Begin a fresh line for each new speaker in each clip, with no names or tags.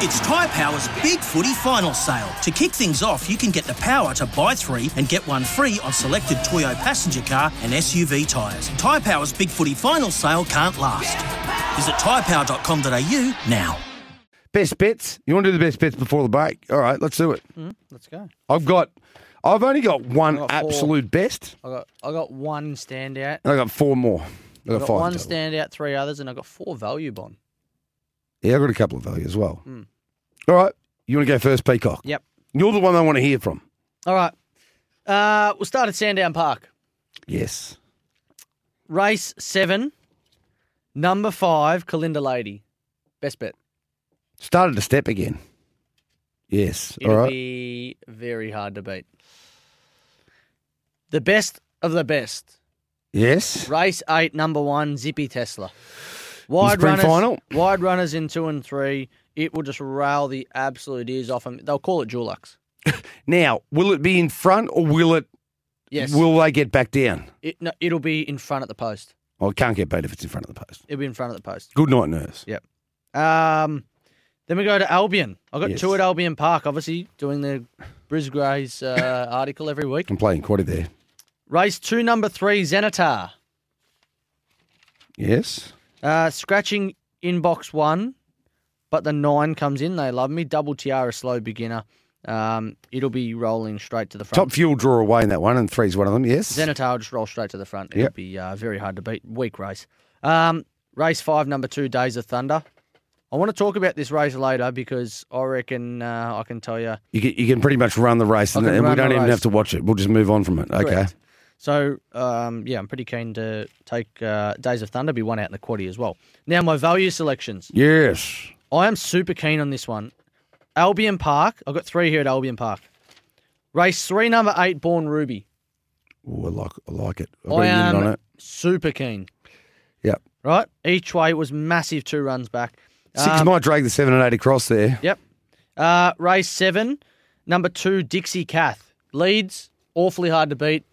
It's Tyre Power's Big Footy Final Sale. To kick things off, you can get the power to buy three and get one free on selected Toyo passenger car and SUV tyres. Tyre Power's Big Footy Final Sale can't last. Visit tyrepower.com.au now.
Best bets. You want to do the best bets before the break? All right, let's do it.
Let's go.
I've got, I've only got one
got four.
absolute best,
I got I got one standout.
and I got four more. I
I
got,
got
five.
one
total.
standout, three others, and I got four value bond.
Yeah, I've got a couple of value as well.
Hmm.
All right, you want to go first, Peacock?
Yep.
You're the one I want to hear from.
All right. Uh, we'll start at Sandown Park.
Yes.
Race seven, number five, Kalinda Lady. Best bet.
Started to step again. Yes.
It'll
All right.
be very hard to beat. The best of the best.
yes.
Race eight, number one, Zippy Tesla. Wide
spring
runners,
final?
wide runners in two and three. It will just rail the absolute ears off them. They'll call it Dulux.
Now, will it be in front or will it?
Yes,
Will they get back down?
it, no, it'll be in front of the post.
I can't get paid if it's in front of the post.
It'll be in front of the post.
Good night, nurse.
Yep. Um, then we go to Albion. I've got
Yes.
two at Albion Park, obviously, doing the Brisgrays uh, article every week.
I'm playing quaddy there.
Race two, number three, Xenatar.
Yes.
Uh, scratching inbox one, but the nine comes in. They love me. Double tiara, slow beginner. Um, it'll be rolling straight to the front.
Top fuel draw away in that one, and three's one of them. Yes.
Xenatar will just roll straight to the front. It'll
Yep.
be uh, very hard to beat. Weak race. Um, race five, number two, Days of Thunder. I want to talk about this race later because I reckon uh, I can tell you.
You can, you can pretty much run the race,
I
and,
can
and we
run
don't
the
even
race.
have to watch it. We'll just move on from it. Okay.
Correct. So um, yeah, I'm pretty keen to take uh, Days of Thunder. Be one out in the quaddy as well. Now my value selections.
Yes.
I am super keen on this one. Albion Park. I've got three here at Albion Park. Race three, number eight, Born Ruby.
Ooh, I like I like it. I've got
I
a unit
am
on it.
super keen.
Yep.
Right, each way was massive. Two runs back.
Six
Um,
might drag the seven and eight across there.
Yep. Uh, race seven, number two, Dixie Cath. Leads, awfully hard to beat.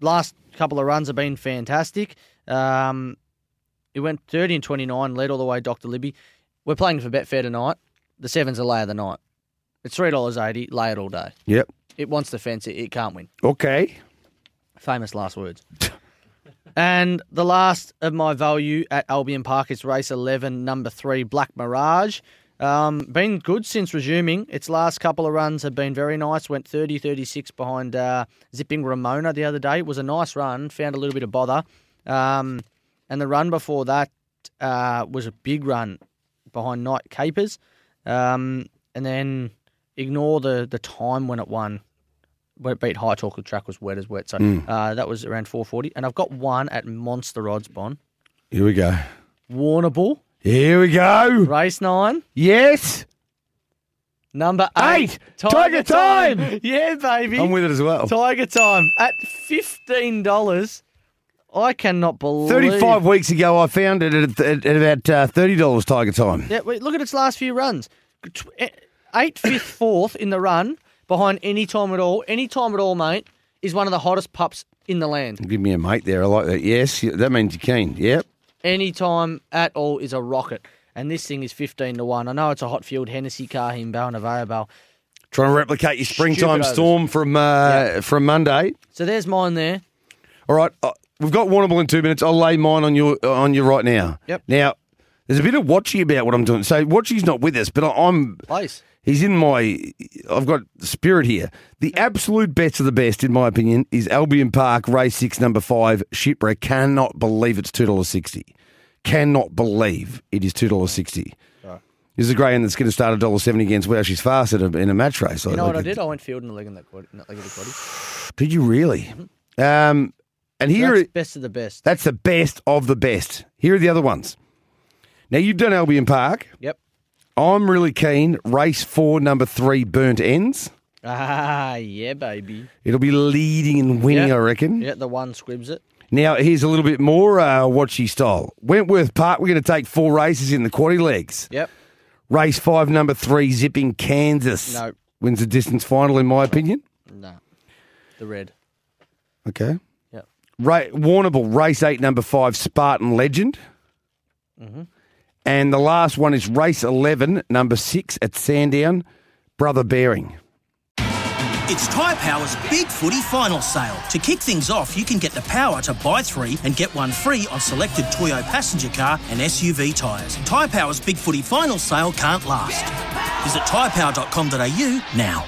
Last couple of runs have been fantastic. Um, it went 30 and 29, led all the way Dr. Libby. We're playing for Betfair tonight. The seven's a lay of the night. It's $3.80, lay it all day.
Yep.
It wants the fence, it, it can't win.
Okay.
Famous last words. and the last of my value at Albion Park is race 11, number three, Black Mirage. Um, been good since resuming. Its last couple of runs have been very nice. Went 30 36 behind uh, Zipping Ramona the other day. It was a nice run, found a little bit of bother. Um, and the run before that uh, was a big run behind Night Capers. Um, and then ignore the, the time when it won when it beat High Talk, the track was wet as wet. So
Hmm.
uh, that was around 440. And I've got one at Monster Odds, Bon.
Here we go.
Warnable,
Here we go.
race nine,
Yes.
number eight.
Eight, Tiger Time.
yeah, baby.
I'm with it as well.
Tiger Time at $15. I cannot believe
35 weeks ago, I found it at, at, at about uh, $30 Tiger Time.
Yeah, wait, look at its last few runs. Tw- eh, Eight, fifth, fourth in the run behind any time at all. Any time at all, mate, is one of the hottest pups in the land.
Give me a mate there. I like that. Yes. yeah, That means you're keen. Yep.
any time at all is a rocket. And this thing is 15 to 1. I know it's a Hotfield, Hennessy, Carhim, Bow, Navajo.
Trying to replicate your springtime
Stupid overs.
storm from uh, from Monday.
So there's mine there.
All right, uh, we've got Warnable in two minutes. I'll lay mine on you uh, on you right now.
Yep.
Now, there's a bit of Watchy about what I'm doing. So Watchy's not with us, but I- I'm
Place.
he's in my. I've got spirit here. The absolute best of the best, in my opinion, is Albion Park race six, number five, Shipwreck. Cannot believe it's two dollars sixty. Cannot believe it is two dollars sixty. This is a grey one that's going to start at $1.70 against well, she's fast at a, in a match race.
You know what I did? I went field in the leg in that body. In that leg of the body. So
Did you really? Um, and here
Mm-hmm. that's
it.
best of the best.
That's the best of the best. Here are the other ones. Now you've done Albion Park.
Yep.
I'm really keen. Race four, number three, burnt ends.
Ah, yeah, baby.
It'll be leading and winning,
Yeah.
I reckon.
Yeah, the one squibs it.
Now here's a little bit more uh, watchy style. Wentworth Park. We're going to take four races in the quaddy legs.
Yep.
Race five, number three, zipping Kansas.
No.
Wins the distance final, in my opinion.
No. The red.
Okay.
Yep.
Ra- Warnable, race eight, number five, Spartan Legend. And the last one is race 11, number six at Sandown, Brother Bearing.
It's Tyre Power's Big Footy Final Sale. To kick things off, you can get the power to buy three and get one free on selected Toyo passenger car and SUV tyres. Tyre Power's Big Footy Final Sale can't last. Visit tyrepower.com.au now.